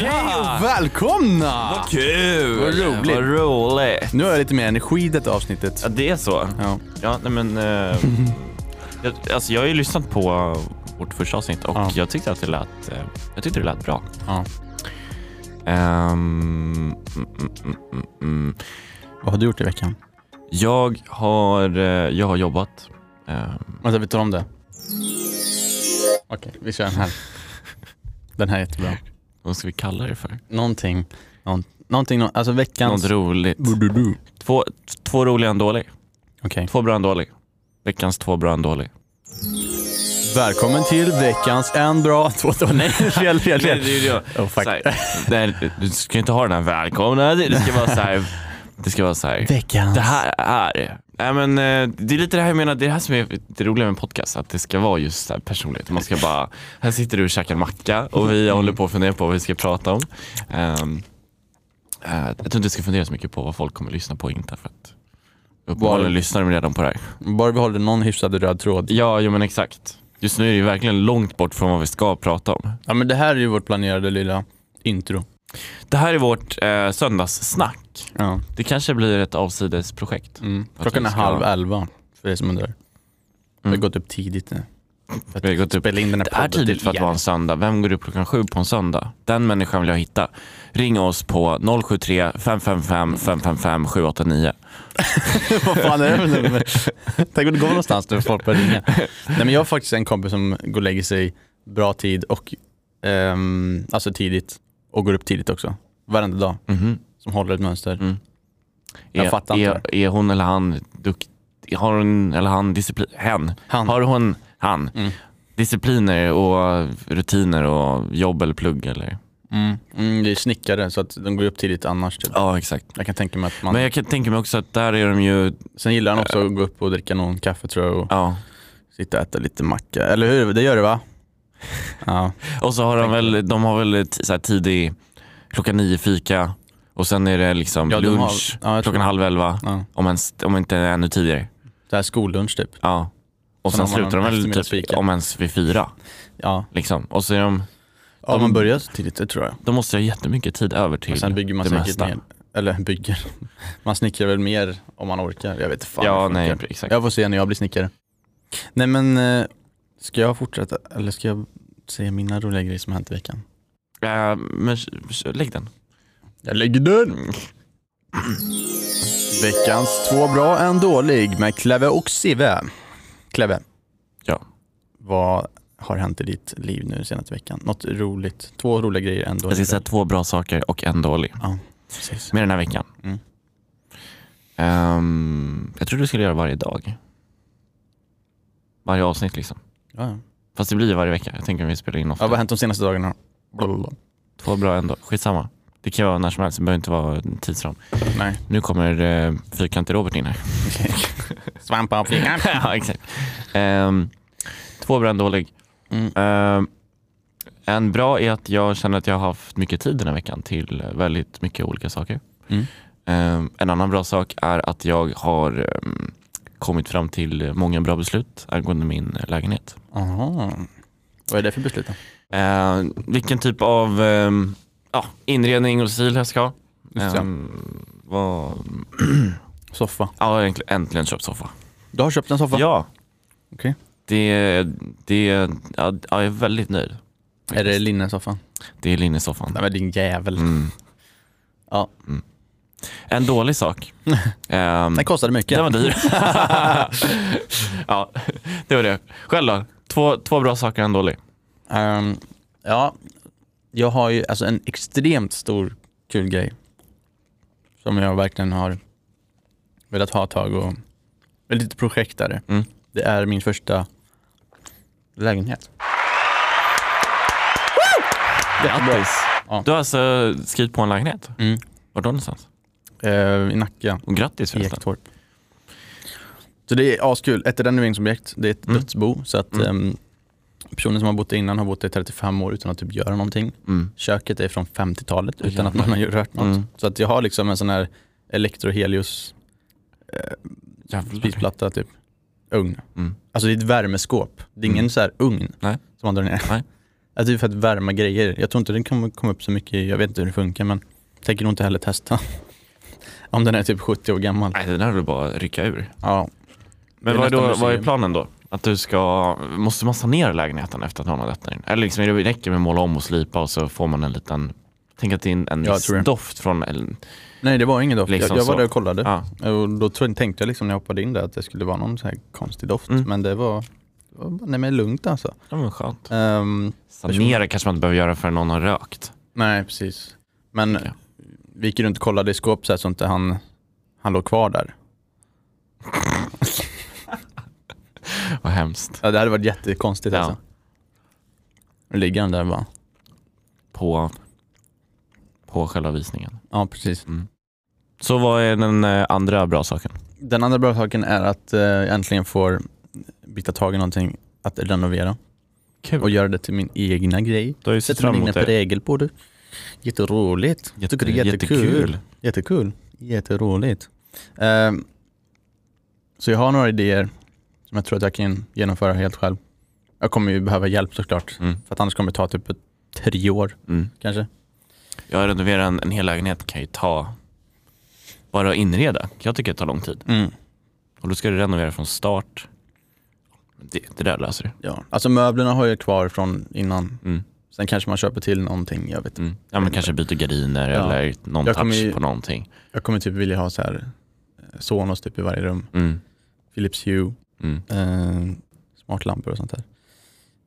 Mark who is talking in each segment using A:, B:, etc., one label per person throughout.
A: Hej och välkomna!
B: Vad kul!
A: Vad roligt.
B: Vad roligt.
A: Nu har jag lite mer energi i detta avsnittet.
B: Ja, det är så.
A: Ja.
B: Ja, nej men... Eh, jag, alltså, jag har ju lyssnat på vårt första avsnitt och
A: Ja.
B: jag tyckte att det lät, eh, jag tyckte det lät bra.
A: Ja.
B: Ehm, mm, mm, mm, mm, mm.
A: Vad har du gjort i veckan?
B: Jag, har, eh, jag har jobbat. Ehm,
A: Vänta, vi tar om det. Okej, vi kör den här. Den här är jättebra.
B: vad ska vi kalla det för?
A: Någonting, någon, någonting, nå- alltså veckans...
B: Något roligt.
A: Okej.
B: Två, två roliga och en dålig. Två bra och en dålig. Veckans två bra och en dålig.
A: Välkommen till veckans en bra, två dåliga. Nej, fel,
B: Nej,
A: fel, fel.
B: det är ju det.
A: Oh, fuck.
B: Så här, nej, du ska inte ha den här välkomna. Det ska vara så här. Det ska vara så här.
A: Veckans...
B: Det här är... Nej, men, eh, det är lite det här jag menar, det är det här som är det roliga med en podcast, att det ska vara just så här personligt. Man ska bara, här sitter du och käkar en macka och vi håller på att fundera på vad vi ska prata om. Ehm, eh, jag tror inte vi ska fundera så mycket på vad folk kommer lyssna på och inte för att uppenbarligen
A: Var-
B: lyssnar de redan på det här.
A: Bara vi håller någon hyfsad röd tråd.
B: Ja, jo men exakt. Just nu är det ju verkligen långt bort från vad vi ska prata om.
A: Ja, men det här är ju vårt planerade lilla intro.
B: Det här är vårt eh, söndagssnack.
A: Ja.
B: Det kanske blir ett avsidesprojekt.
A: Mm.
B: Att
A: Klockan
B: vi
A: är
B: ska-
A: halv elva, för er som undrar. Vi har gått upp tidigt nu.
B: Vi har gått upp
A: Spela in den här
B: Det är
A: podden
B: tidigt för att
A: igen.
B: vara en söndag. Vem går upp klockan sju på en söndag? Den människan vill jag hitta. Ring oss på 073 555 555 789.
A: Vad fan är det för nummer? Tänk om det går någonstans där folk börjar ringa. Nej men jag har faktiskt en kompis som går och lägger sig bra tid och ehm, alltså tidigt och går upp tidigt också. Varenda dag.
B: Mhm.
A: Som håller ett mönster.
B: Mm.
A: Jag
B: Är,
A: fattar
B: är,
A: inte.
B: Är hon eller han duktig? Har hon eller han disciplin? Hen.
A: Han.
B: Har hon, han,
A: Mm.
B: discipliner och rutiner och jobb eller plugg eller?
A: Mm. Mm, det är snickare så att de går upp tidigt annars. Typ.
B: Ja, exakt.
A: Jag kan tänka mig att man...
B: Men jag kan tänka mig också att där är de ju,
A: Sen gillar han också att gå upp och dricka någon kaffe tror jag och
B: ja.
A: sitta och äta lite macka. Eller hur? Det gör det va? Ja.
B: Och så har de
A: Tänker
B: väl, de har väl t- så här tidig, klockan nio fika och sen är det liksom
A: Ja, de har-
B: lunch
A: ja, jag tror-
B: klockan halv elva.
A: ja.
B: Om, ens, om inte ännu tidigare.
A: Det här skollunch typ.
B: Ja. Och
A: Sen
B: sen
A: har man
B: slutar de
A: en
B: väl typ
A: eftermiddagsfika.
B: om ens vid fyra.
A: Ja.
B: Liksom. Och så är de,
A: ja, man börjar så tidigt det tror jag.
B: de måste ha jättemycket tid över till
A: Och sen bygger man
B: det
A: säkert
B: mesta.
A: mer, eller bygger, man snickrar väl mer om man orkar. Jag vet fan hur
B: ja,
A: det
B: nej,
A: funkar.
B: exakt.
A: Jag får se när jag blir snickare. Nej men, eh, ska jag fortsätta eller ska jag säga mina roliga grejer som hänt i veckan?
B: Eh, men s- s- lägg den.
A: Jag lägger den! Veckans två bra, en dålig med Kleve och Sive. Kleve,
B: Ja.
A: vad har hänt i ditt liv nu senaste veckan? Något roligt? Två roliga grejer, en
B: Jag
A: dålig
B: ska säga
A: grej.
B: två bra saker och en dålig.
A: Ja, precis.
B: Med den här veckan.
A: Mm.
B: Ehm, jag tror du skulle göra varje dag. Varje avsnitt liksom.
A: Ja, ja.
B: Fast det blir ju varje vecka. Jag tänker att vi spelar in ofta.
A: ja, vad har hänt de senaste dagarna? Blablabla.
B: Två bra ändå. Skitsamma. Det kan vara när som helst. Det behöver inte vara en tidsram.
A: Nej.
B: Nu kommer eh, fyrkantig Robert in här.
A: Svamp av flickan.
B: ja, exakt. Ehm, två bra och en dålig.
A: Mm.
B: Ehm, en bra är att jag känner att jag har haft mycket tid den här veckan till väldigt mycket olika saker.
A: Mm.
B: Ehm, en annan bra sak är att jag har ehm, kommit fram till många bra beslut angående min lägenhet.
A: Aha. Vad är det för beslut då?
B: Ehm, vilken typ av ehm, ja, inredning och stil jag ska ha.
A: Just det.
B: Ehm, vad,
A: Soffa.
B: ja, jag har egentligen- äntligen köpt soffa.
A: Du har köpt en soffa?
B: Ja.
A: Okej.
B: Det, det, ja, ja, jag är väldigt nöjd.
A: Är det linnesoffan?
B: Det är linnesoffan.
A: Nej men din jävel.
B: Mm.
A: Ja.
B: Mm. En dålig sak. Ehm,
A: Den kostade mycket.
B: den var dyr. ja, det var det. Själv då? Två, två bra saker och en dålig.
A: Ehm, ja, jag har ju alltså en extremt stor kul grej. Som jag verkligen har velat ha ett tag och ett litet projekt där. det.
B: Mm.
A: Det är min första lägenhet.
B: Grattis.
A: Ja.
B: Du har alltså skrivit på en lägenhet.
A: Mm.
B: Var då någonstans?
A: Eh, I Nacka.
B: Och grattis
A: i
B: förresten.
A: Ektorp. Så det är askul. Ett renoveringsobjekt, det är ett
B: Mm.
A: dödsbo. Så att
B: Mm.
A: ehm, personen som har bott där innan har bott där i 35 år utan att typ göra någonting.
B: Mm.
A: Köket är från 50-talet
B: Oj,
A: utan att
B: jävlar.
A: man har ju rört något.
B: Mm.
A: Så att jag har liksom en sån här Electrohelius
B: Jävlar.
A: spisplatta typ. Ugn.
B: Mm.
A: Alltså det är ett värmeskåp. Det är ingen
B: Mm.
A: så här ugn
B: Nej.
A: som man drar ner.
B: Nej.
A: Alltså för att värma grejer. Jag tror inte den kommer komma upp så mycket, jag vet inte hur det funkar men tänker nog inte heller testa. Om den är typ 70 år gammal.
B: Nej, den här vill bara rycka ur.
A: Ja,
B: Men
A: Det är
B: vad är,
A: nästan
B: då, vad är
A: museum.
B: planen då? Att du ska, måste man sanera lägenheten efter att någon har detta in? Eller liksom, det räcker med att måla om och slipa och så får man en liten, tänk att det är en, en
A: Ja, jag
B: viss
A: tror det.
B: doft från, en,
A: nej det var ingen doft.
B: Liksom
A: jag, jag var
B: så.
A: där och kollade
B: ja,
A: och då tror- tänkte jag liksom när jag hoppade in där att det skulle vara någon så här konstig doft.
B: Mm.
A: Men det var, det var nej, men lugnt alltså.
B: ja men skönt.
A: Ehm,
B: Sanera kanske man inte behöver göra förrän någon har rökt.
A: nej precis. Men
B: Ja.
A: vi gick runt och kollade i skåp så, här, så inte han, han låg kvar där.
B: Vad hemskt.
A: Ja, det hade varit jättekonstigt
B: Ja.
A: alltså. Nu ligger han där bara.
B: På, på själva visningen.
A: Ja precis.
B: Så vad är den eh, andra bra saken?
A: Den andra bra saken är att eh, jag äntligen får bita tag i någonting att renovera
B: Kul.
A: och göra det till min egna grej.
B: Du har ju sett
A: Sätter
B: fram
A: min egna
B: emot det.
A: prägel på det. Jätteroligt. Jag tycker det är jättekul. Jättekul. Jättekul. Jätteroligt. Ehm, så jag har några idéer som jag tror att jag kan genomföra helt själv. Jag kommer ju behöva hjälp såklart.
B: Mm.
A: För att annars kommer det ta typ ett, tre år
B: Mm.
A: kanske.
B: Jag renoverar en, en hel lägenhet kan ju ta, bara att inreda. Jag tycker det tar lång tid.
A: Mm.
B: Och då ska du renovera från start. Det, det där löser du.
A: Ja. Alltså möblerna har jag kvar från innan.
B: Mm.
A: Sen kanske man köper till någonting, jag vet inte.
B: Mm. Ja men kanske byta gardiner
A: Ja.
B: eller någon
A: Jag kommer
B: touch
A: ju-
B: på någonting.
A: Jag kommer typ vilja ha så här eh, Sonos typ i varje rum.
B: Mm.
A: Philips Hue,
B: Mm.
A: eh, smartlampor och sånt där.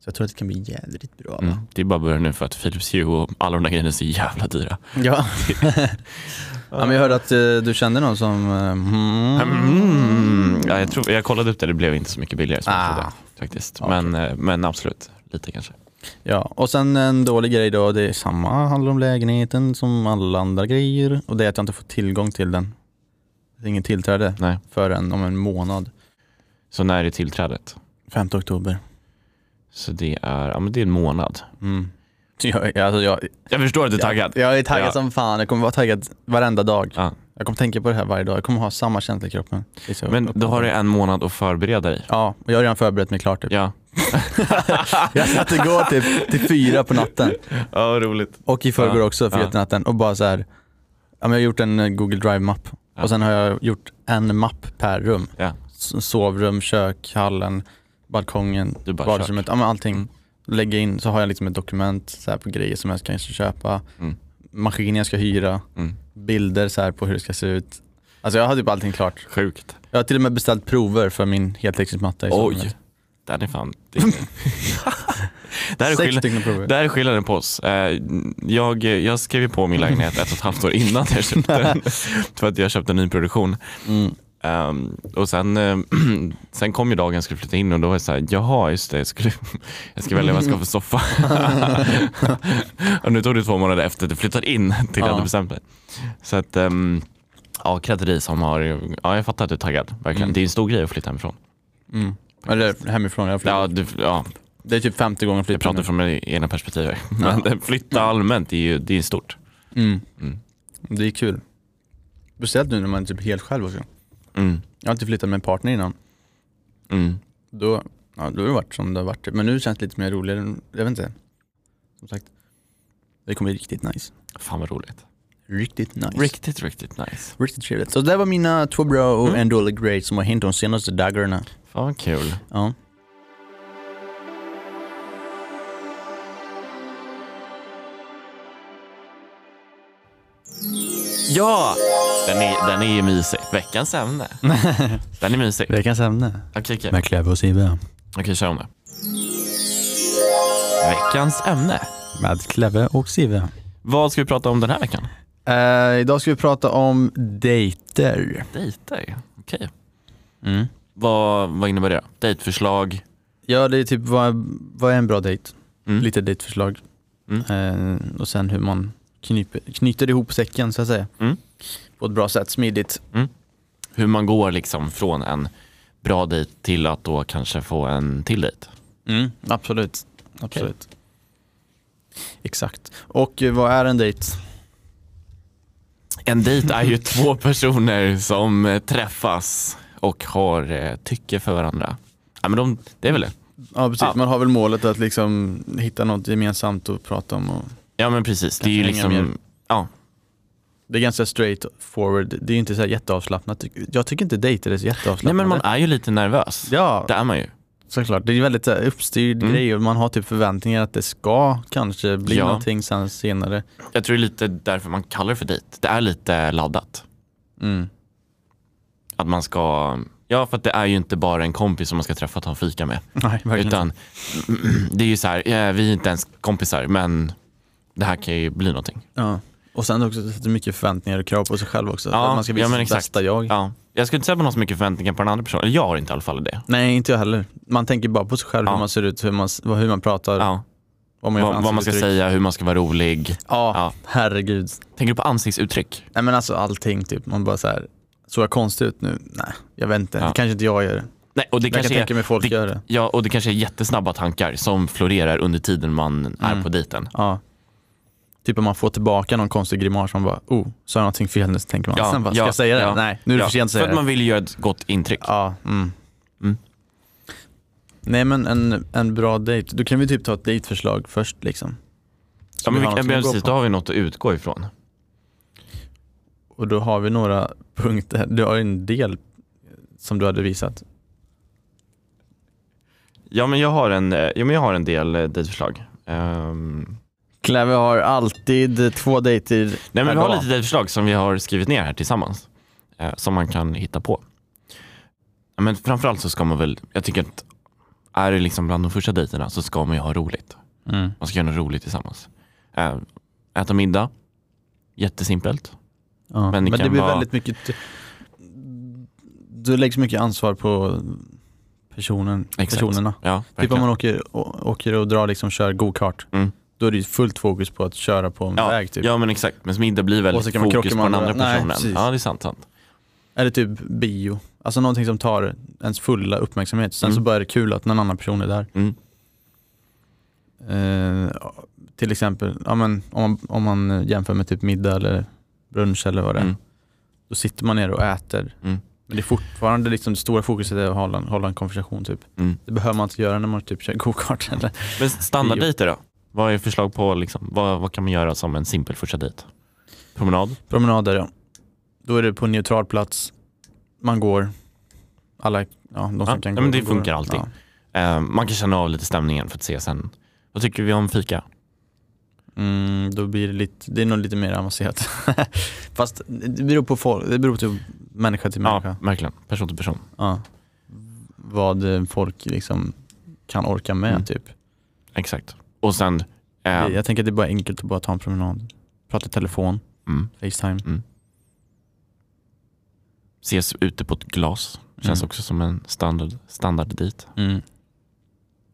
A: Så jag tror att det kan bli jädrigt bra. va?
B: Mm. Det är bara att börja nu för att Philips Hue och alla de där grejerna är så jävla dyra.
A: Ja. ja, men jag hörde att eh, du kände någon som... eh,
B: Mm. Ja, jag, tror, jag kollade upp det, det blev inte så mycket billigare som
A: Ah.
B: jag trodde. Faktiskt.
A: Okej.
B: Men, eh, men absolut, lite kanske.
A: Ja, och sen en dålig grej då, det är samma, handlar om lägenheten som alla andra grejer. Och det är att jag inte får tillgång till den. Det är ingen tillträde
B: Nej.
A: förrän om en månad,
B: Så när är tillträdet?
A: 5 oktober.
B: Så det är, ja, men det är en månad.
A: Mm. Så Jag, alltså jag,
B: Jag förstår att du är taggad.
A: Jag, jag är taggad
B: Ja.
A: som fan, jag kommer vara taggad varenda dag.
B: Ja.
A: Jag kommer tänka på det här varje dag, jag kommer ha samma känsla i kroppen. Det är så-
B: Men då har du en månad att förbereda dig.
A: Ja, och jag har redan förberett mig klart. Typ.
B: Ja,
A: Jag satt igår typ till fyra på natten
B: ja vad roligt.
A: och i förrgår
B: Ja,
A: också, fyra
B: ja.
A: till natten och bara så här. Ja, men jag har gjort en eh, Google Drive-mapp
B: Ja.
A: och sen har jag gjort en mapp per rum.
B: Ja.
A: S- Sovrum, kök, hallen, balkongen,
B: Du bara kör.
A: badrummet, ja, men allting.
B: Mm.
A: Lägga in, så har jag liksom ett dokument så här, på grejer som jag ska kanske köpa,
B: Mm.
A: maskiner jag ska hyra,
B: Mm.
A: bilder så här, på hur det ska se ut. Alltså jag har typ allting klart.
B: Sjukt.
A: Jag har till och med beställt prover för min heltäckningsmatta. i sovrummet.
B: Oj, den är fan... Det är, det här är
A: Sex
B: skillnaden.
A: stycken prover.
B: Där är skillnaden på oss. Eh, Jag, jag skrev ju på min lägenhet ett och ett halvt år innan jag köpte den. För att jag köpte en ny produktion.
A: Mm.
B: Ehm, och sen, eh, sen kom ju dagen jag skulle flytta in och då var jag såhär, jaha just det, jag, skulle, jag ska välja vad jag ska ha för soffa. och nu tog det två månader efter att du flyttat in till jag
A: Ja.
B: hade bestämt mig. Så att, ehm, ja kredd till dig som har, ja jag fattar att du är taggad, verkligen.
A: Mm.
B: Det är en stor grej att flytta hemifrån.
A: Mm. Eller hemifrån, jag
B: Ja,
A: flyttar.
B: du, ja,
A: Det är typ 50 gånger
B: jag
A: flytten.
B: pratar från mina egna perspektiv här. Men flytta allmänt, det är ju det är stort.
A: Mm.
B: Mm.
A: Det är kul. Speciellt nu när man är typ helt själv också.
B: Mm.
A: Jag har inte flyttat med en partner innan.
B: Mm.
A: Då, ja, då har det varit som det har varit. Men nu känns det lite mer roligare. Jag vet inte. Som sagt, det kommer bli riktigt nice.
B: Fan vad roligt.
A: Riktigt nice.
B: Riktigt, riktigt nice.
A: Riktigt trevligt. Så det där var mina två bra och en dålig grej som har hänt de senaste dagarna.
B: Fan vad kul.
A: Ja.
B: Ja! Den är, den är ju mysig. Veckans ämne. Den är mysig. Okej,
A: Veckans ämne.
B: okej.
A: Med Kleve och Sive.
B: Okej, kör om det. Veckans ämne.
A: Med Kleve och Sive.
B: Vad ska vi prata om den här veckan?
A: Eh, idag ska vi prata om dejter.
B: Dejter. Okej. Vad, vad innebär det? Dejtförslag?
A: Ja, det är typ vad, vad är en bra dejt?
B: Mm.
A: Lite dejtförslag.
B: Mm.
A: Eh, och sen hur man knyper, knyter ihop säcken så att säga.
B: Mm.
A: På ett bra sätt, smidigt.
B: Hur man går liksom från en bra dejt till att då kanske få en till dejt. Mm.
A: Absolut. Absolut. Exakt. Och eh, vad är en dejt?
B: En dejt är ju två personer som eh, träffas och har eh, tycke för varandra. Ja, men de, det är väl det.
A: Ja precis,
B: Ja.
A: man har väl målet att liksom hitta något gemensamt att prata om. Och
B: Ja men precis, det är ju
A: Kanske hänga
B: liksom, ja.
A: det är ganska straight forward, det är inte så här jätteavslappnat. Ty- Jag tycker inte dejter är så
B: Nej
A: jätteavslappnade.
B: men man är ju lite nervös.
A: Ja,
B: Det är man ju.
A: såklart. Det är väldigt så här, uppstyrd
B: Mm.
A: grej och man har typ förväntningar att det ska kanske bli
B: Ja.
A: någonting sen senare.
B: Jag tror det är lite därför man kallar det för dejt. Det är lite laddat.
A: Mm.
B: Att man ska, ja för att det är ju inte bara en kompis som man ska träffa och ta en fika med.
A: Nej, verkligen.
B: Utan det är ju så här, eh, vi är inte ens kompisar men det här kan ju bli någonting.
A: Ja. Och sen också så mycket förväntningar och krav på sig själv också.
B: Ja,
A: att man ska visa
B: ja, men
A: sitt
B: exakt.
A: bästa jag.
B: Ja. Jag skulle inte säga att man har så mycket förväntningar på den andra personen. Jag har inte i alla fall det.
A: Nej, inte jag heller. Man tänker bara på sig själv,
B: Ja.
A: hur man ser ut, hur man, hur man pratar,
B: Ja.
A: vad man gör för
B: Vad, vad man ska
A: ansiktsuttryck.
B: säga, hur man ska vara rolig.
A: Ja,
B: Ja.
A: herregud.
B: Tänker du på ansiktsuttryck?
A: Nej men alltså allting typ, man bara så här, såg jag konstig ut nu? Nej, jag vet inte.
B: Ja.
A: Det kanske inte jag gör.
B: Nej, och det
A: jag kan
B: kanske är,
A: tänka mig folk
B: det-
A: gör det.
B: ja, och det kanske är jättesnabba tankar som florerar under tiden man är
A: Mm.
B: på dejten.
A: Ja. Typ om man får tillbaka någon konstig grimas, man bara oh, sa jag någonting fel nu? Så tänker man,
B: Ja,
A: sen bara, ska
B: ja,
A: jag säga det?
B: ja.
A: Nej, nu är det
B: Ja,
A: för sent att säga
B: för att
A: det.
B: man vill ju göra ett gott intryck.
A: Ja, mm.
B: Mm.
A: Nej men en, en bra dejt, då kan vi typ ta ett dejtförslag först liksom.
B: Ja, men
A: vi
B: vi,
A: har något
B: ja,
A: att gå
B: precis,
A: på.
B: då har vi något att utgå ifrån.
A: Och då har vi några punkter, du har en del som du hade visat.
B: Ja, men jag har en, eh, ja, men jag har en del eh, dejtförslag. Ehm,
A: Cleve har alltid två dejter
B: nej, men
A: per
B: vi har
A: dag.
B: lite dejtförslag som vi har skrivit ner här tillsammans, eh, som man kan hitta på. Ja, Men framförallt så ska man väl, jag tycker att är det liksom bland de första dejterna så ska man ju ha roligt.
A: Mm.
B: Man ska göra något roligt tillsammans. Eh, äta middag, jättesimpelt. Men
A: Ja, men
B: det
A: det,
B: kan
A: blir
B: vara-
A: väldigt mycket... Du läggs mycket ansvar på personen,
B: Exakt.
A: personerna.
B: Ja,
A: Typ om
B: verkligen.
A: man åker, å- åker och drar liksom kör go-kart,
B: Mm.
A: då är det ju fullt fokus på att köra på en
B: ja,
A: väg typ.
B: ja men exakt, men middag blir
A: Och så
B: väldigt
A: kan man krocka
B: fokus på
A: med
B: den
A: andra.
B: andra
A: Nej,
B: personen.
A: precis.
B: ja det är sant. sant.
A: Eller typ bio, alltså någonting som tar ens fulla uppmärksamhet. Sen
B: Mm.
A: så bara är det kul att någon annan person är där.
B: Mm.
A: Eh, ja, till exempel, ja, men, om, man, om man jämför med typ middag eller brunch eller vad det är.
B: Mm.
A: Då sitter man ner och äter.
B: Mm.
A: Men det är fortfarande liksom det stora fokuset är att hålla, en- hålla en konversation typ.
B: Mm.
A: Det behöver man inte göra när man typ kör go-kart eller.
B: Men standarddejter då? Vad är förslag på, liksom, vad, vad kan man göra som en simpel första dejt? Promenad?
A: Promenader ja. Då är det på en neutral plats. Man går. Alla, ja de som
B: Ja,
A: kan
B: ja,
A: gå.
B: men det
A: går.
B: funkar alltid.
A: Ja.
B: Eh, man kan känna av lite stämningen för att se sen. Vad tycker vi om fika?
A: Mm, då blir det lite, det är nog lite mer avancerat. Fast det beror på folk, det beror på människa till människa.
B: Ja, verkligen. Person till person.
A: Ja. Vad eh, folk liksom kan orka med
B: Mm.
A: typ.
B: Exakt. Och sen... eh,
A: Det- Jag tänker att det är bara enkelt att bara ta en promenad. Prata i telefon,
B: mm,
A: Facetime.
B: ses ute på ett glas. Känns
A: Mm.
B: också som en standard, standarddejt.
A: Mm.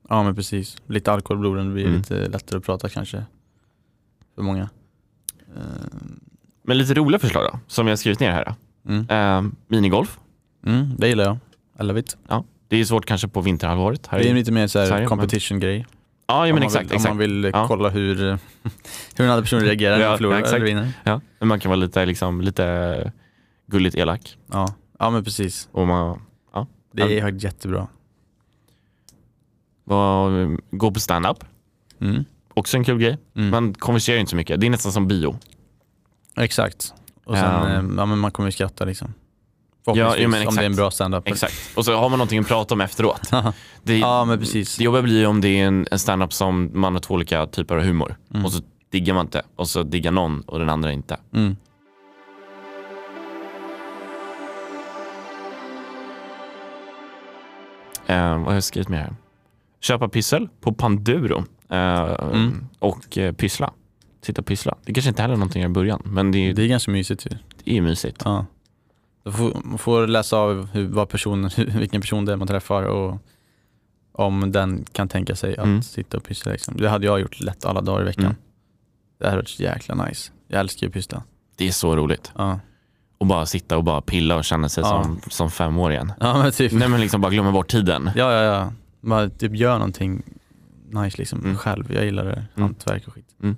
A: Ja men precis. Lite alkohol i blodet, det blir
B: Mm.
A: lite lättare att prata kanske. För många. Ehm,
B: Men lite roliga förslag då, som jag har skrivit ner här. Då.
A: Mm.
B: Eh, minigolf.
A: Mm, det gillar jag. I love it.
B: Det är svårt kanske på vinterhalvåret. Här i-
A: Det är lite mer så
B: Sverige,
A: här
B: men-
A: competition-grej.
B: ja, ja,
A: Om
B: men
A: man
B: exakt.
A: vill, Om
B: exakt.
A: man vill eh,
B: Ja.
A: kolla hur, eh, hur den andra personen reagerar när
B: Ja,
A: man förlorar
B: ja, exakt.
A: eller vinner.
B: Ja, men man kan vara lite, liksom, lite gulligt elak.
A: Ja. ja men precis.
B: Och man,
A: Det är faktiskt jättebra.
B: vad- gå på stand-up,
A: Mm.
B: också en kul grej.
A: Mm.
B: Man konverserar ju inte så mycket, det är nästan som bio.
A: Exakt. Och sen,
B: Ja.
A: eh, ja, men man kommer ju skratta liksom.
B: Ehm. ja, men
A: Förhoppningsvis, om det är en
B: exakt.
A: bra standup.
B: Exakt. Och så har man någonting att prata om efteråt. Det,
A: ja men precis.
B: det jobbiga blir ju om det är en, en stand-up som man har två olika typer av humor. Och så diggar man inte, och så diggar någon och den andra inte.
A: Mm.
B: Eh, vad har jag skrivit med här? Köpa pyssel på Panduro eh,
A: Mm.
B: och eh, pyssla. Sitta och pyssla. Det kanske inte heller är någonting jag gör i början, men det är,
A: Det är ganska mysigt ju.
B: det är ju mysigt.
A: Ja. Då får, man får läsa av hur, vad personen, vilken person det är man träffar och om den kan tänka sig att
B: Mm.
A: sitta och pyssla. Liksom. Det hade jag gjort lätt alla dagar i veckan.
B: Mm.
A: Det här hade varit så jäkla nice. Jag älskar ju pyssla.
B: Det är så roligt.
A: Ja,
B: Och bara sitta och bara pilla och känna sig
A: Ja.
B: som, som fem år igen.
A: ja men typ.
B: Nej men liksom bara glömma bort tiden.
A: Ja, ja, ja. Man typ gör någonting nice liksom
B: Mm.
A: själv. Jag gillar det. Hantverk och skit.
B: Mm.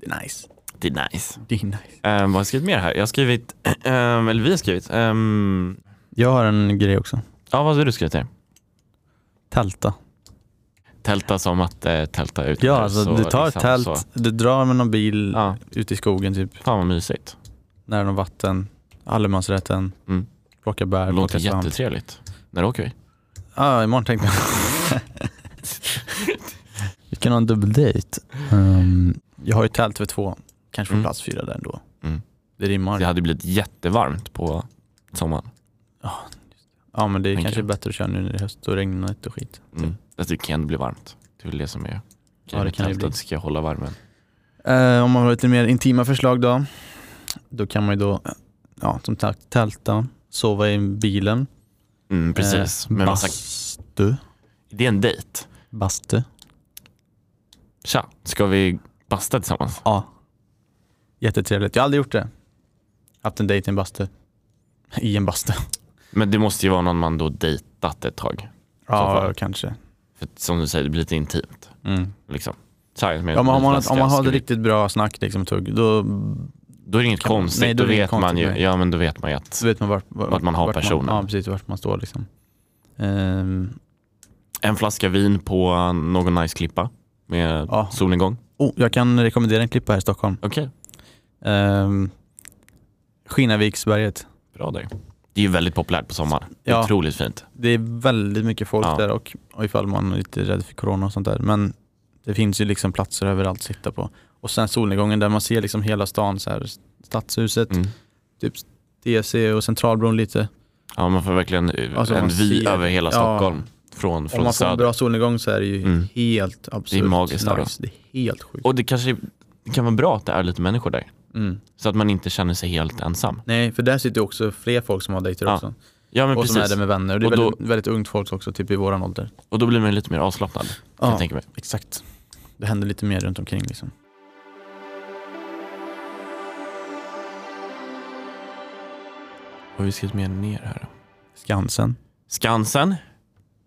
A: Det är nice.
B: Det är nice.
A: Det är nice.
B: Eh, vad har jag skrivit mer här? Jag har skrivit, ehm, eller vi har skrivit, ehm,
A: Jag har en grej också.
B: ja vad har du skrivit här?
A: Tälta.
B: Tälta som att eh, tälta ut.
A: Ja, alltså, du tar ett tält, du drar med någon bil
B: liksom Ja,
A: ut i skogen, typ
B: fan vad mysigt.
A: nära någon vatten, allemansrätten,
B: Mm.
A: plocka bär,
B: Det låter
A: plocka svamp.
B: jättetrevligt. När åker vi?
A: Ja, imorgon tänkte jag. vi kan ha en dubbeldejt. Ehm, jag har ju tält för två, kanske får
B: Mm.
A: plats fyra där ändå.
B: Mm.
A: Det rimmar.
B: Det
A: Ja,
B: hade blivit jättevarmt på sommaren.
A: men det är
B: tänker
A: kanske
B: jag.
A: bättre att köra nu när det är höst och regnar lite och skit.
B: Mm. Jag tycker det kan bli varmt. Det är väl det som är
A: Ja, det kan det bli.
B: tältet ska hålla värmen.
A: Eh, om man har lite mer intima förslag då. Då kan man ju då, ja som sagt, tälta, sova i bilen.
B: Mm, precis.
A: Eh,
B: Men massa,
A: bastu.
B: det är en dejt.
A: Bastu.
B: Tja, ska vi basta tillsammans?
A: Ja. Jättetrevligt. Jag har aldrig gjort det. Haft en dejt i en bastu. I en bastu.
B: Men det måste ju vara någon man då dejtat ett tag.
A: Ja,
B: fall.
A: kanske.
B: För att, som du säger, det blir lite intimt.
A: Mm.
B: Liksom. Tja, jag menar,
A: Ja, men om, man,
B: flaska,
A: om man har
B: ska
A: ett
B: vi-
A: riktigt bra snack liksom, och tugg, då
B: Då är det inget
A: kan man-
B: konstigt.
A: nej,
B: då,
A: då är det
B: vet
A: inget konstigt,
B: man ju,
A: nej.
B: ja, men då vet man ju att...
A: så vet man vart, vart,
B: Vart man har personen.
A: ja, precis. Vart man står liksom. Ehm,
B: En flaska vin på någon nice klippa med
A: Ja.
B: solnedgång.
A: oh, jag kan rekommendera en klippa här i Stockholm.
B: Okej,
A: Um, Skinnaviksberget.
B: bra där. Det är ju väldigt populärt på sommaren.
A: Ja.
B: Otroligt fint.
A: Det är väldigt mycket folk
B: Ja.
A: där och, och ifall man är lite rädd för corona och sånt där. Men det finns ju liksom platser överallt att sitta på. Och sen solnedgången där man ser liksom hela stan, så här, stadshuset,
B: Mm.
A: typ DFC och Centralbron lite.
B: Ja, man får verkligen eh,
A: Alltså,
B: en
A: man
B: vy
A: ser-
B: över hela
A: ja.
B: Stockholm. Från,
A: Om man
B: från
A: får en
B: söder.
A: bra solnedgång så är det ju
B: Mm.
A: helt absurt.
B: magiskt där då.
A: nice. Det är helt sjukt.
B: Och det kanske det kan vara bra att det är lite människor där.
A: Mm.
B: Så att man inte känner sig helt ensam.
A: Nej, för där sitter ju också fler folk som har dejter
B: Ja,
A: också.
B: Ja, men
A: och
B: precis.
A: som är där med vänner. Och det är
B: Och då-
A: väldigt, väldigt ungt folk också, typ i våran ålder.
B: Och då blir man lite mer avslappnad, kan jag tänka mig.
A: exakt. Det händer lite mer runt omkring liksom.
B: Vad har vi skrivit mer ner här?
A: Skansen.
B: Skansen?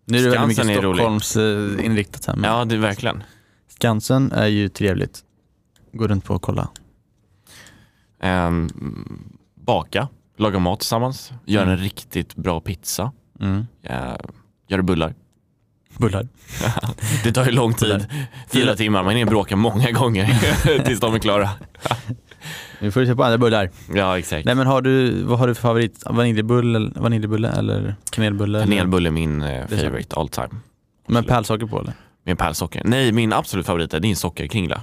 A: Nu är det väldigt mycket
B: Skansen är rolig.
A: Stockholms eh, inriktat här. Men
B: Ja, det är verkligen.
A: Skansen är ju trevligt. Gå runt på och kolla.
B: Ehm, baka, laga mat tillsammans, göra
A: Mm.
B: en riktigt bra pizza,
A: Mm.
B: uh, göra bullar.
A: Bullar.
B: Det tar ju lång tid, fyra timmar, man hinner bråka många gånger tills de är klara.
A: Nu får du se på andra bullar.
B: Ja, exakt.
A: Nej men har du, vad har du för favorit? Vaniljbulle, eller- vaniljbulle eller kanelbulle? eller-
B: Kanelbulle är min eh,
A: sant.
B: favorite all time.
A: Med pärlsocker på eller?
B: Med pärlsocker. Nej, min absolut favorit är din sockerkringla.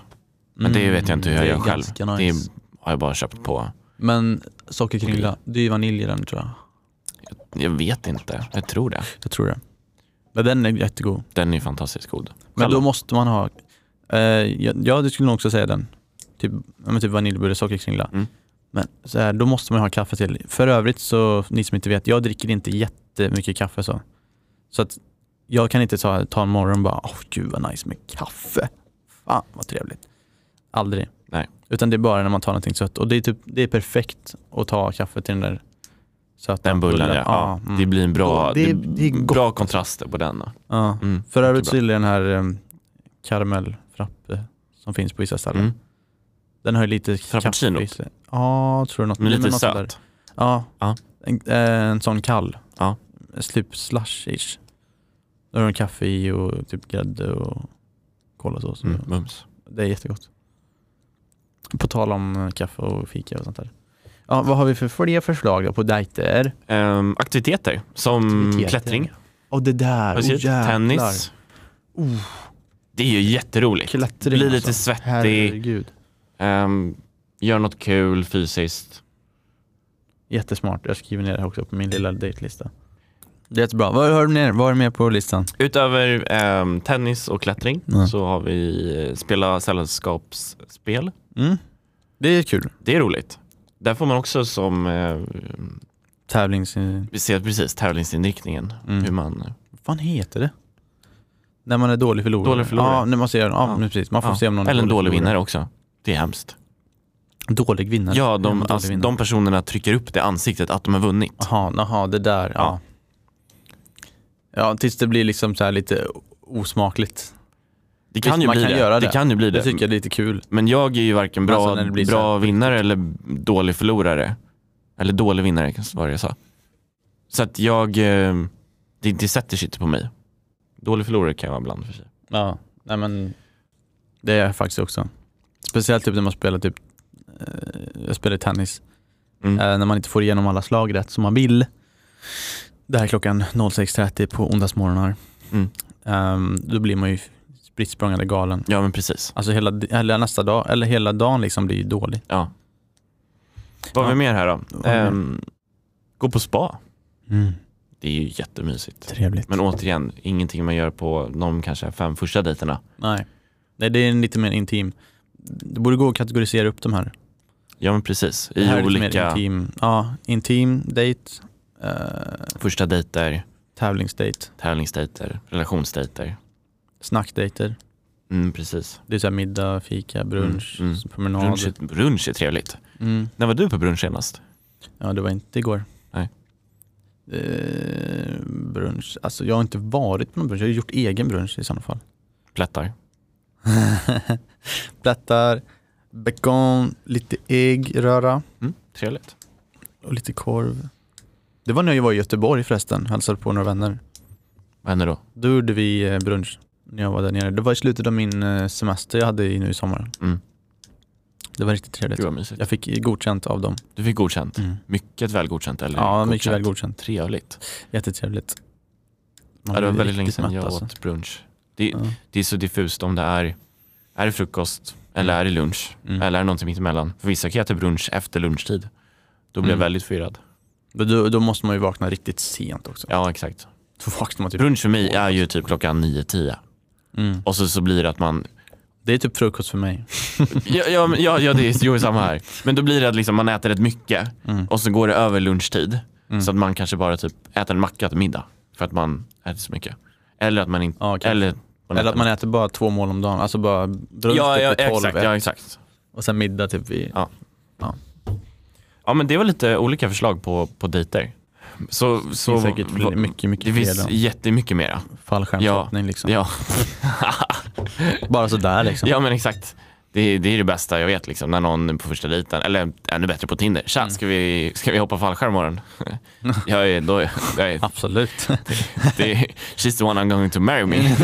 B: Men det vet jag inte hur jag
A: Mm. det är
B: gör själv.
A: ganska
B: Det
A: Nice.
B: är- har jag bara köpt på,
A: Men sockerkringla, det är ju vanilj i den tror jag.
B: jag vet inte, jag tror det.
A: Jag tror det. Men den är jättegod.
B: Den är fantastiskt god.
A: Men
B: Själv
A: då måste man ha, eh, ja, ja du skulle nog också säga den. Typ, ja, men typ vaniljbulle, sockerkringla.
B: Mm.
A: Men så här, då måste man ha kaffe till. För övrigt så, ni som inte vet, jag dricker inte jättemycket kaffe så. Så att jag kan inte ta, ta en morgon och bara, åh gud vad nice med kaffe. Fan vad trevligt. Aldrig.
B: Nej.
A: Utan det är bara när man tar någonting sött. Och det är, typ, det är perfekt att ta kaffe till den där söta
B: Den bullen ja. ja.
A: mm.
B: Det blir en bra,
A: Och det är-
B: det,
A: det är gott.
B: bra kontraster på den. då.
A: ja.
B: Mm.
A: För övrigt så
B: Mycket
A: gillar jag den här um, karamellfrappe som finns på vissa
B: bra.
A: ställen.
B: Mm.
A: Den har ju lite
B: Frappuccino?
A: kaffe i sig. Ja, tror jag något.
B: Men
A: det är
B: lite
A: något sånt där.
B: söt.
A: Ja,
B: Ja.
A: En, eh, en sån kall.
B: Ja.
A: Typ slush-ish. Då har de kaffe i och typ grädde och kolasås.
B: Mm. Mums.
A: Det är jättegott. På tal om eh, kaffe och fika och sånt där. Ja, vad har vi för fler förslag då på dejter?
B: Ehm, aktiviteter som
A: Aktiviteter.
B: Mm, klättring,
A: Och det där, Oh,
B: precis,
A: jäklar. Oh.
B: tennis. Det är ju jätteroligt.
A: Klättring
B: Bli lite
A: alltså.
B: svettig,
A: Herregud.
B: um, gör något kul fysiskt.
A: Jättesmart, jag skriver ner det här också på min lilla dejtlista. Det är jättebra. Vad har du mer, vad har du mer på listan?
B: Utöver ehm, tennis och klättring
A: Mm.
B: så har vi eh, spela sällskapsspel.
A: Mm. Det är kul.
B: Det är roligt. Där får man också som, eh,
A: Tävlings...
B: vi ser precis tävlingsinriktningen,
A: Mm.
B: hur man
A: Vad fan heter det? När man är dålig förlorare.
B: Dålig förlorare.
A: Ja, när man ser, ja,
B: Ja.
A: men precis. Man får
B: Ja.
A: se om någon är
B: Eller en dålig
A: förlorare.
B: vinnare också. Det är hemskt.
A: Dålig vinnare?
B: Ja,
A: Är man
B: de,
A: dålig
B: alltså,
A: vinnare?
B: de personerna trycker upp det i ansiktet att de har vunnit.
A: Jaha, jaha, det där. Ja. ja, tills det blir liksom så här lite osmakligt.
B: Det kan
A: Visst,
B: ju
A: man
B: bli
A: kan
B: det.
A: göra
B: det.
A: det.
B: kan ju bli
A: Det,
B: det.
A: tycker jag är lite kul.
B: Men jag är ju varken bra,
A: Alltså, när det blir så
B: bra vinnare eller dålig förlorare. Eller dålig vinnare kanske var det jag sa. Så att jag, eh, det, det sätter sig inte på mig. Dålig förlorare kan jag vara ibland för sig.
A: Ja, nej men det är jag faktiskt också. Speciellt typ när man spelar typ, eh, jag spelar tennis,
B: Mm.
A: eh, när man inte får igenom alla slag rätt som man vill. Det här är klockan 06.30 på onsdagsmorgnar.
B: Mm.
A: Ehm, då blir man ju spritt språngande galen.
B: Ja men precis.
A: Alltså hela, eller nästa dag, eller hela dagen liksom blir ju dålig.
B: Ja. Vad har vi
A: Ja.
B: mer här då?
A: Vad har vi mer?
B: Ehm, gå på spa. Mm, Det är ju jättemysigt.
A: Trevligt.
B: Men återigen, ingenting man gör på de kanske fem första dejterna.
A: Nej. Nej, det är en lite mer intim. Det borde gå att kategorisera upp de här.
B: Ja men precis.
A: Det
B: I
A: här är lite mer
B: olika
A: intim. Ja, intim, dejt, eh,
B: första dejter,
A: tävlingsdejt.
B: tävlingsdejter, relationsdejter.
A: Snackdejter.
B: Mm, precis.
A: Det är så här middag, fika, brunch,
B: Mm,
A: promenad.
B: Brunch, är- brunch är trevligt.
A: Mm.
B: När var du på brunch senast?
A: Ja, det var inte igår.
B: Nej.
A: Eh, brunch. Alltså jag har inte varit på någon brunch. Jag har ju gjort egen brunch i sådana fall.
B: Plättar.
A: Plättar, bacon, lite äggröra
B: Mm, trevligt.
A: och lite korv. Det var när jag var i Göteborg förresten, hälsade på några vänner.
B: Vad händer då?
A: Då gjorde vi eh, brunch när jag var där nere. Det var i slutet av min eh, semester jag hade i nu i sommar.
B: Mm.
A: Det var riktigt trevligt.
B: Gud vad mysigt.
A: Jag fick godkänt av dem.
B: Du fick godkänt. Mycket väl godkänt eller?
A: Ja,
B: Mm. godkänt.
A: mycket väl godkänt.
B: Trevligt.
A: Jättetrevligt. Man
B: Ja, det var
A: blir
B: väldigt
A: riktigt
B: länge sedan
A: mätt,
B: jag
A: alltså.
B: åt brunch. Det,
A: Ja.
B: det är så diffust om det är, är det frukost eller är det lunch
A: Mm.
B: eller är det någonting mitt emellan. För vissa kan jag äta brunch efter lunchtid. Då blir
A: Mm.
B: jag väldigt förvirrad.
A: Men då, då måste man ju vakna riktigt sent också.
B: Ja, exakt.
A: Då vaknar man typ.
B: Brunch för mig är ju typ klockan 9-10.
A: Mm.
B: Och så, så blir det att man
A: Det är typ frukost för mig.
B: Ja, ja, men- ja, ja det är jo, samma här. Men då blir det att liksom man äter rätt mycket
A: Mm.
B: och så går det över lunchtid.
A: Mm.
B: Så att man kanske bara typ äter en macka till middag för att man äter så mycket. Eller att man inte...
A: Ja, okej.
B: Eller, man
A: Eller att man
B: äter-
A: äter bara två mål om dagen. Alltså bara brunch
B: Ja,
A: typ
B: ja,
A: vid 12
B: exakt, ja, exakt.
A: och sen middag typ vid...
B: Ja. Ja, men det var lite olika förslag på, på dejter. Så, så,
A: det finns säkert
B: va-
A: mycket,
B: det
A: mycket
B: finns
A: fler
B: jättemycket mera.
A: fallskärmshoppning liksom.
B: Ja,
A: Bara sådär liksom.
B: ja men exakt. Det, det är det bästa jag vet, liksom, när någon på första dejten, eller ännu bättre på Tinder, tja, ska, vi, ska vi hoppa fallskärm imorgon? jag är, då, jag är
A: Absolut.
B: det är, she's the one I'm going to marry me.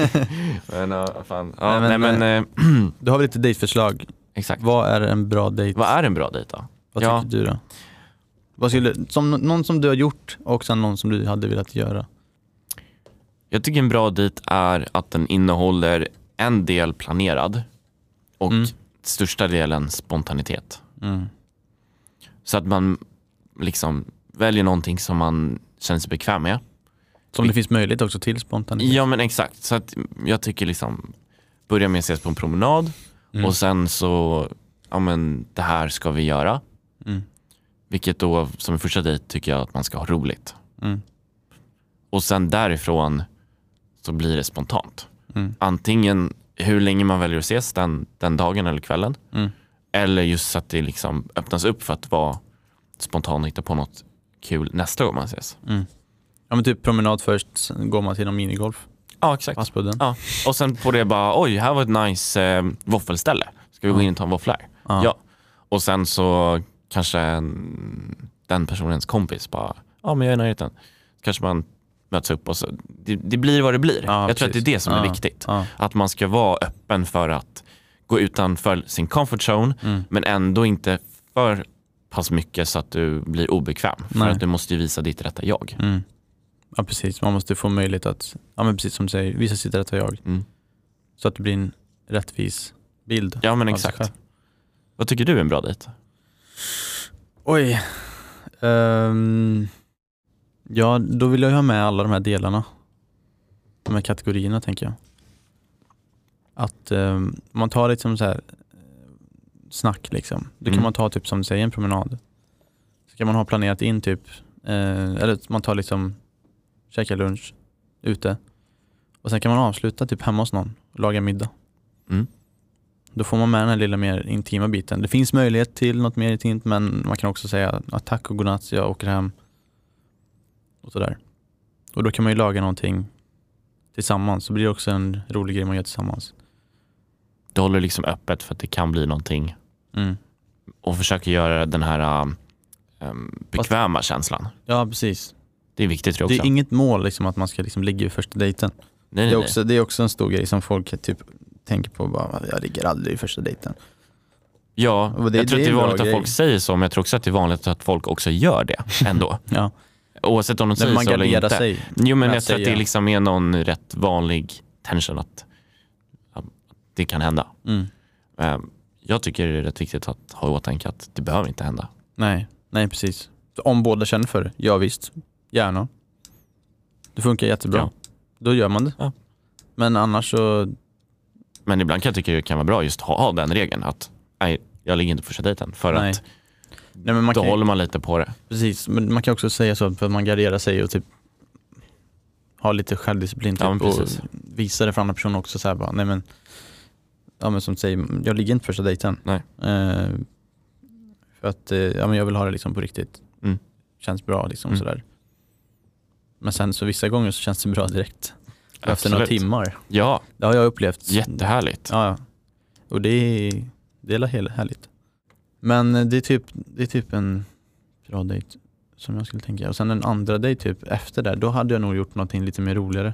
B: men ja, fan. Ja, nej,
A: Nej, men,
B: men, eh,
A: Då har vi lite dejtförslag.
B: exakt.
A: Vad är en bra dejt?
B: Vad är en bra dejt då?
A: Vad
B: Ja.
A: tycker du då? Vad skulle, som, någon som du har gjort och sen någon som du hade velat göra.
B: Jag tycker en bra dejt är att den innehåller en del planerad och
A: Mm.
B: största delen spontanitet.
A: Mm.
B: Så att man liksom väljer någonting som man känner sig bekväm med.
A: Som det finns möjlighet också till spontanitet.
B: Ja men exakt, så att jag tycker liksom börja med att ses på en promenad
A: Mm.
B: och sen så, ja men det här ska vi göra.
A: Mm.
B: Vilket då som en första dejt tycker jag att man ska ha roligt.
A: Mm.
B: Och sen därifrån så blir det spontant.
A: Mm.
B: Antingen hur länge man väljer att ses den, den dagen eller kvällen.
A: Mm.
B: Eller just så att det liksom öppnas upp för att vara spontan och hitta på något kul nästa gång man ses.
A: Ja men typ promenad först, sen går man till någon minigolf.
B: Ja exakt.
A: Vassbudden.
B: Ja. Och sen på det bara, oj här var ett nice eh, våffelställe. Ska vi gå in och ta en våffla här?
A: Ja.
B: Ja. Och sen så kanske en, den personens kompis bara, ja men jag är i närheten. Så kanske man möts upp och så, det, det blir vad det blir.
A: Ja,
B: jag tror att det är
A: precis.
B: det som är
A: Ja.
B: viktigt.
A: Ja.
B: Att man ska vara öppen för att gå utanför sin comfort zone
A: Mm.
B: men ändå inte för pass mycket så att du blir obekväm. För
A: Nej.
B: att du måste ju visa ditt rätta jag.
A: Mm. ja precis, man måste få möjlighet att, ja men precis som du säger, visa sitt rätta jag.
B: Mm.
A: Så att det blir en rättvis bild.
B: Ja men
A: av sig
B: exakt.
A: själv.
B: Vad tycker du är en bra dejt?
A: Oj. Ehm, ja, då vill jag ju ha med alla de här delarna. De här kategorierna tänker jag. Att ehm, man tar liksom så här eh, snack liksom. Då
B: Mm.
A: kan man ta typ som du säger en promenad. Så kan man ha planerat in typ, eh, eller man tar liksom, käkar lunch ute. Och sen kan man avsluta typ hemma hos någon och laga middag.
B: Mm.
A: Då får man med den här lilla mer intima biten. Det finns möjlighet till något mer intimt men man kan också säga att tack och godnatt, jag åker hem. Och sådär. Och då kan man ju laga någonting tillsammans. Så blir det också en rolig grej man gör tillsammans.
B: Du håller liksom öppet för att det kan bli någonting
A: Mm.
B: och försöker göra den här um, um, bekväma känslan.
A: Ja, precis.
B: Det är viktigt tror
A: Det
B: jag
A: är
B: också.
A: inget mål liksom, att man ska liksom ligga i första dejten.
B: Nej,
A: Det
B: nej,
A: är,
B: nej.
A: också, det är också en stor grej som folk typ tänker på bara, jag ligger aldrig i första dejten.
B: Ja,
A: Och det-
B: jag tror att
A: det är
B: det är
A: en bra
B: vanligt att
A: grej.
B: folk säger så, men jag tror också att det är vanligt att folk också gör det ändå.
A: Ja.
B: Oavsett om de
A: När
B: säger
A: man
B: så eller
A: garderar
B: inte.
A: sig.
B: Jo, men
A: med
B: jag
A: att
B: tror att det
A: säga.
B: liksom är någon rätt vanlig tension att, att det kan hända.
A: Mm.
B: Ehm, Jag tycker det är rätt viktigt att ha i åtanke att det behöver inte hända.
A: Nej, nej precis. Om båda känner för det, ja visst. Gärna. Det funkar jättebra.
B: Ja.
A: Då gör man det.
B: Ja.
A: Men annars så,
B: Men ibland kan jag tycka det kan vara bra just att ha ha den regeln att nej, jag ligger inte på första dejten för
A: nej.
B: att
A: nej men man
B: då
A: kan, ju-
B: håller man lite på det.
A: precis, men man kan också säga så för att man garderar sig och typ har lite självdisciplin typ,
B: Ja, men
A: och
B: precis.
A: visa det för andra personer också så här bara, nej men, ja men som du säger, jag ligger inte på första dejten.
B: Nej.
A: Eh, för att, eh, ja men jag vill ha det liksom på riktigt.
B: Mm.
A: Känns bra liksom
B: Mm.
A: sådär. Men sen så vissa gånger så känns det bra direkt. Efter några
B: Absolut.
A: timmar.
B: Ja,
A: Det har jag upplevt.
B: jättehärligt.
A: Ja, ja. Och det är, det är hela härligt. Men det är, typ, det är typ en bra dejt som jag skulle tänka. Och sen en andra dejt typ efter där, då hade jag nog gjort någonting lite mer roligare.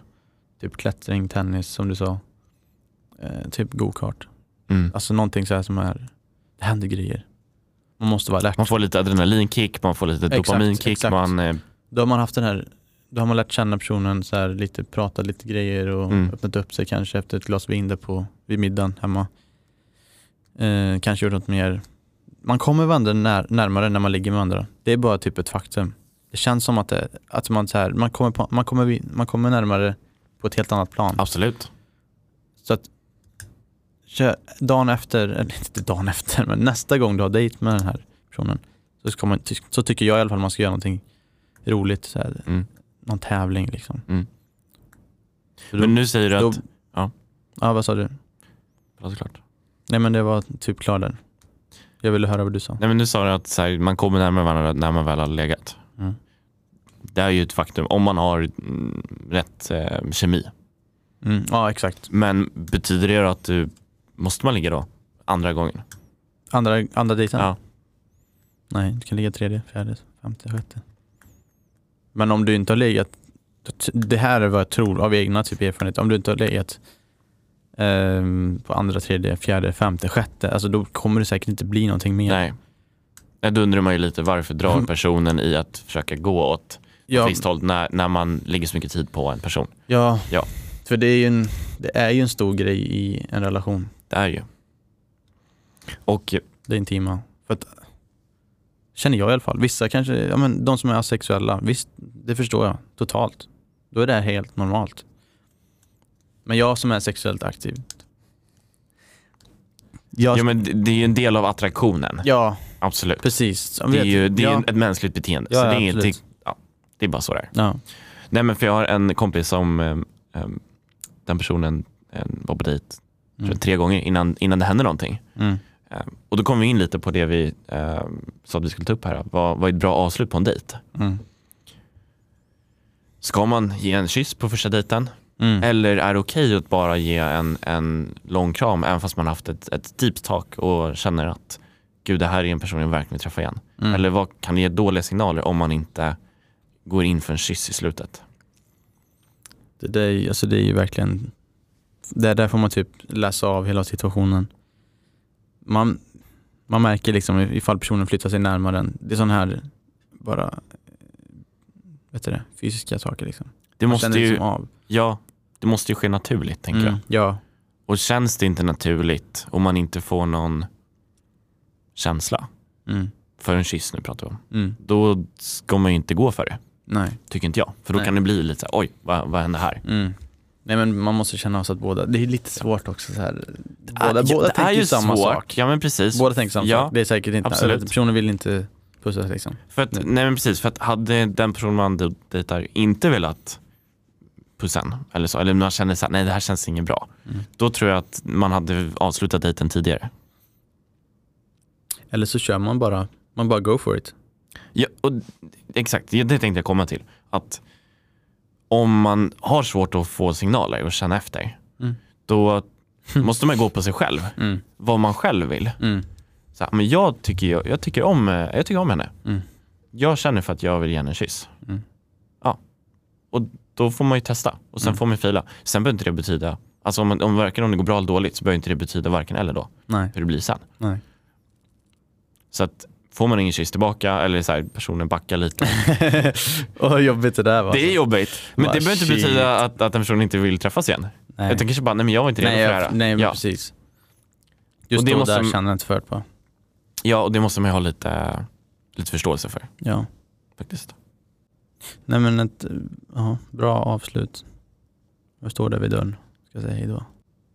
A: Typ klättring, tennis som du sa. Eh, typ go-kart.
B: Mm.
A: Alltså någonting så här som är, det händer grejer. Man måste vara alert.
B: Man får lite adrenalinkick, man får lite
A: Exakt,
B: dopaminkick,
A: exakt.
B: man eh,
A: Då har man haft den här, då har man lärt känna personen så här lite, pratat lite grejer och
B: Mm.
A: öppnat upp sig kanske efter ett glas vin där på, vid middagen hemma. Eh, kanske gjort något mer. Man kommer varandra när, närmare när man ligger med andra. Det är bara typ ett faktum. Det känns som att, det, att man, så här, man, kommer på, man, kommer, vid- man kommer närmare på ett helt annat plan.
B: absolut.
A: Så att kö- dagen efter, eller inte dagen efter, men nästa gång du har dejt med den här personen så, ska man, ty- så tycker jag i alla fall man ska göra någonting roligt, så här,
B: Mm.
A: någon tävling liksom. Då-
B: Men nu säger du
A: då-
B: att...
A: Ja, vad sa du?
B: Ja, såklart.
A: Nej men det var typ klar där. Jag ville höra vad du sa.
B: Nej, men nu sa du att så här, man kommer närmare varandra när man väl har legat.
A: Mm.
B: Det är ju ett faktum, om man har mm, rätt eh, kemi.
A: Mm, ja, exakt.
B: Men betyder det att du... Måste man ligga då? Andra gången?
A: Andra, andra dejten?
B: Ja.
A: Nej, du kan ligga tredje, fjärde, femte, sjätte. Men om du inte har legat, det här är vad jag tror av egna typ erfarenhet, om du inte har legat ehm, på andra, tredje, fjärde, femte, sjätte, alltså då kommer det säkert inte bli någonting mer.
B: Nej. Nej, Då undrar man ju lite varför drar personen i att försöka gå åt ett
A: ja,
B: visst håll när, när man lägger så mycket tid på en person.
A: ja,
B: Ja.
A: för det är, ju en, det är ju en stor grej i en relation,
B: Det är ju. Och
A: det intima. För att, känner jag i alla fall. Vissa kanske, ja men de som är asexuella, visst, det förstår jag totalt. Då är det här helt normalt. Men jag som är sexuellt aktiv. Jag,
B: ja, men det- det är ju en del av attraktionen.
A: ja,
B: Absolut.
A: precis. Ja,
B: Det är
A: vet-
B: ju det är ju
A: ja,
B: ett mänskligt beteende.
A: Ja,
B: så
A: ja,
B: det, är inget,
A: absolut.
B: det, ja, det är bara så det är.
A: ja.
B: Nej men för jag har en kompis som ehm, ehm, den personen eh, var på dejt tror jag,
A: Mm.
B: tre gånger innan, innan det hände någonting.
A: Mm.
B: Ehm, och då kom vi in lite på det vi ehm, sa att vi skulle ta upp här. Vad, vad är ett bra avslut på en dejt?
A: Mm.
B: Ska man ge en kyss på första dejten?
A: Mm.
B: Eller är det okej att bara ge en, en lång kram även fast man haft ett, ett deep talk och känner att gud det här är en person jag verkligen vill träffa igen.
A: Mm.
B: Eller vad kan det ge dåliga signaler om man inte går in för en kyss i slutet?
A: Det, det, är, alltså det är ju verkligen, där, där får man typ läsa av hela situationen. Man, man märker liksom ifall personen flyttar sig närmare en. Det är sån här bara, eh, vet du det, fysiska saker liksom.
B: Det
A: Man
B: måste
A: känner
B: ju,
A: liksom av.
B: ja, det måste ju ske naturligt tänker jag.
A: Mm, ja,
B: Och känns det inte naturligt och man inte får någon känsla
A: mm,
B: för en kyss nu pratar vi om.
A: mm,
B: Då ska man ju inte gå för det,
A: nej.
B: tycker inte jag. För då
A: Nej.
B: kan det bli lite så här, oj, vad, vad hände här?
A: Mm. Nej men man måste känna så att båda, det är lite svårt också så här. Båda,
B: Ja,
A: båda
B: det är
A: tänker ju samma
B: svårt.
A: sak.
B: Ja men precis.
A: Båda tänker samma
B: Ja,
A: sak. Det är säkert inte,
B: absolut.
A: personen vill inte pussas liksom.
B: För att,
A: Nej.
B: nej men precis, för att hade den person man de- dejtar inte velat pussen eller så, eller man känner så här, nej det här känns inget bra.
A: Mm.
B: Då tror jag att man hade avslutat dejten tidigare.
A: Eller så kör man bara, man bara go for it.
B: Ja, och, exakt, det det tänkte jag komma till. Att om man har svårt att få signaler och känna efter,
A: Mm.
B: då måste man gå på sig själv.
A: Mm.
B: Vad man själv vill.
A: Mm.
B: Så här, men jag tycker, jag, jag, tycker om, eh, jag tycker om henne.
A: Mm.
B: Jag känner för att jag vill ge henne en kyss.
A: Mm.
B: Ja. Och då får man ju testa och sen
A: Mm.
B: får man ju fila. Sen behöver inte det betyda, alltså om, man, om varken om det går bra eller dåligt så behöver inte det betyda varken eller då,
A: Nej.
B: hur det blir sen.
A: Nej.
B: Så att får man ingen kyss tillbaka eller så här, personen backar lite.
A: och vad jobbigt det där var. alltså.
B: Det är jobbigt. Men
A: Bara,
B: det behöver inte
A: shit.
B: betyda att, att en person inte vill träffas igen.
A: nej.
B: Utan kanske bara, nej men jag var inte redo
A: nej,
B: för det
A: jag,
B: här.
A: nej men
B: ja.
A: precis. Just
B: Och det
A: då
B: måste-
A: där känner jag inte för på.
B: ja, och det måste man ju ha lite, lite förståelse för
A: Ja.
B: faktiskt.
A: Nej men ett ja, bra avslut. Jag står där vid dörren. Ska säga hejdå.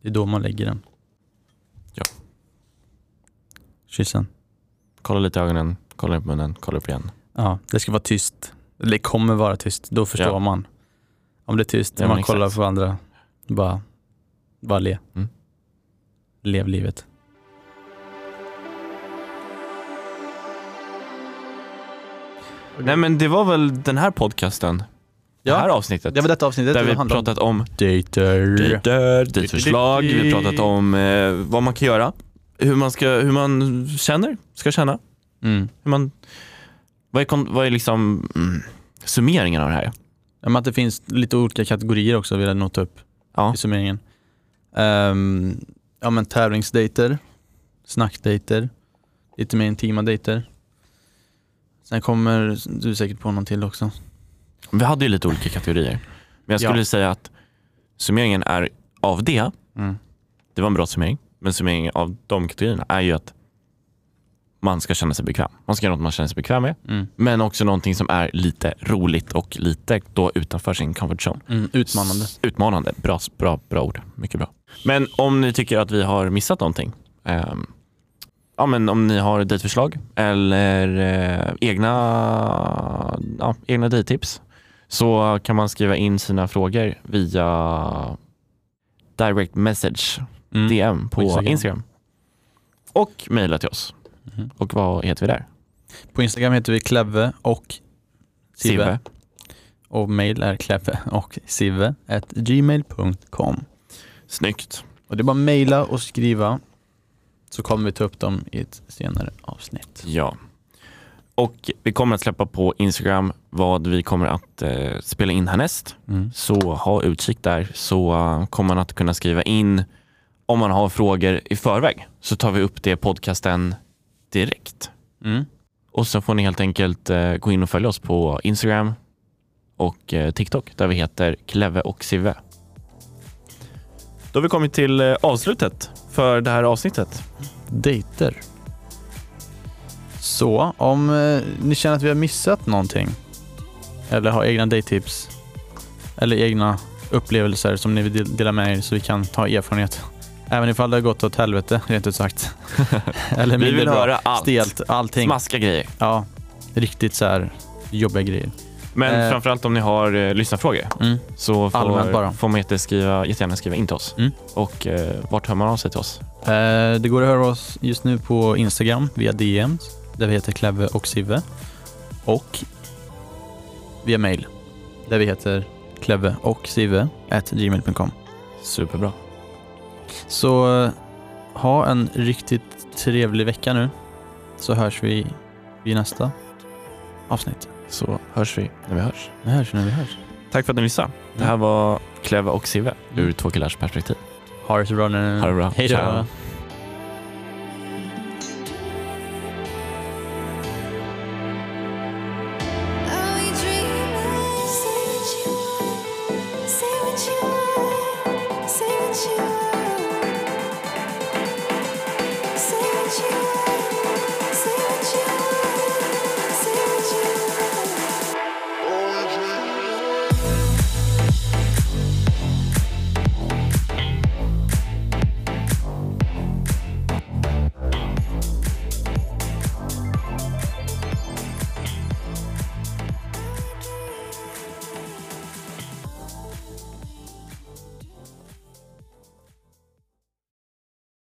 A: Det är då man lägger den.
B: Ja.
A: Kyssen.
B: Kolla lite i ögonen, kolla upp munnen, kolla upp igen.
A: Ja, det ska vara tyst. Eller Det kommer vara tyst, då förstår
B: Ja.
A: man. Om det är tyst,
B: Ja,
A: man
B: men
A: kollar
B: exakt.
A: på andra. Bara, bara le.
B: Mm.
A: Lev livet.
B: Nej men det var väl den här podcasten, det här avsnittet.
A: det var detta avsnittet.
B: där
A: det
B: vi
A: handlar om
B: pratat om
A: Dejter.
B: dejter, dejtförslag, vi har pratat om eh, vad man kan göra, hur man, ska, hur man känner, ska känna.
A: Mm.
B: Hur man, vad, är, kon- vad är liksom mm, summeringen av det här?
A: Ja, men att det finns lite olika kategorier också vill jag nota upp
B: Ja.
A: i summeringen. Ehm, ja men tävlingsdejter, snackdejter, lite mer intima dejter. Sen kommer du säkert på någon till också.
B: Vi hade ju lite olika kategorier. Men jag skulle
A: Ja.
B: säga att summeringen är av det,
A: Mm.
B: det var en bra summering, men summeringen av de kategorierna är ju att man ska känna sig bekväm. Man ska göra något man känner sig bekväm med,
A: Mm.
B: men också någonting som är lite roligt och lite då utanför sin comfort zone.
A: Mm, utmanande.
B: S- Utmanande. Bra, bra, bra ord. Mycket bra. Men om ni tycker att vi har missat någonting. ehm, ja, men om ni har dejtförslag eller eh, egna, ja, egna dejttips så kan man skriva in sina frågor via direct message,
A: Mm.
B: DM på
A: På Instagram.
B: Instagram. Och mejla till oss.
A: Mhm.
B: Och vad heter vi där?
A: På Instagram heter vi Kleve och Sive.
B: Sive.
A: Och mail är kleve och sive at gmail.com.
B: Snyggt.
A: Och det är bara mejla och skriva så kommer vi ta upp dem i ett senare avsnitt.
B: Ja. Och vi kommer att släppa på Instagram vad vi kommer att eh, spela in härnäst.
A: Mm.
B: Så ha utkik där så eh, kommer man att kunna skriva in om man har frågor i förväg så tar vi upp det i podcasten direkt.
A: Mm.
B: Och så får ni helt enkelt eh, gå in och följa oss på Instagram och eh, TikTok där vi heter Kleve och Sive. Då har vi kommit till eh, avslutet för det här avsnittet.
A: Dejter. Så om eh, ni känner att vi har missat någonting eller har egna dejttips eller egna upplevelser som ni vill del- dela med er så vi kan ta erfarenhet. Även ifall det har gått åt helvete, rent ut sagt. eller
B: Vi
A: mindre
B: vill
A: bra.
B: höra allt.
A: Stelt, allting.
B: Smaska grejer.
A: Ja, riktigt så här jobbiga grejer.
B: Men
A: Eh.
B: framförallt om ni har eh, lyssnarfrågor
A: Mm.
B: så
A: Allmänt bara.
B: får, får man jätteskriva, jättegärna skriva in till oss.
A: Mm.
B: Och eh, vart hör man av sig till oss?
A: Eh, det går att höra oss just nu på Instagram via DM där vi heter Kleve och Sive och via mail där vi heter kleve och Sive at gmail.com.
B: Superbra.
A: Så eh, ha en riktigt trevlig vecka nu så hörs vi vid nästa avsnitt.
B: Så hörs vi när vi hörs.
A: Vi hörs när vi hörs.
B: Tack för att ni lyssnade. Det här var Kleve och Sive
A: Mm.
B: ur två killars perspektiv.
A: Ha det så bra nu.
B: Ha det bra.
A: Mm. Hej då.
B: Ciao.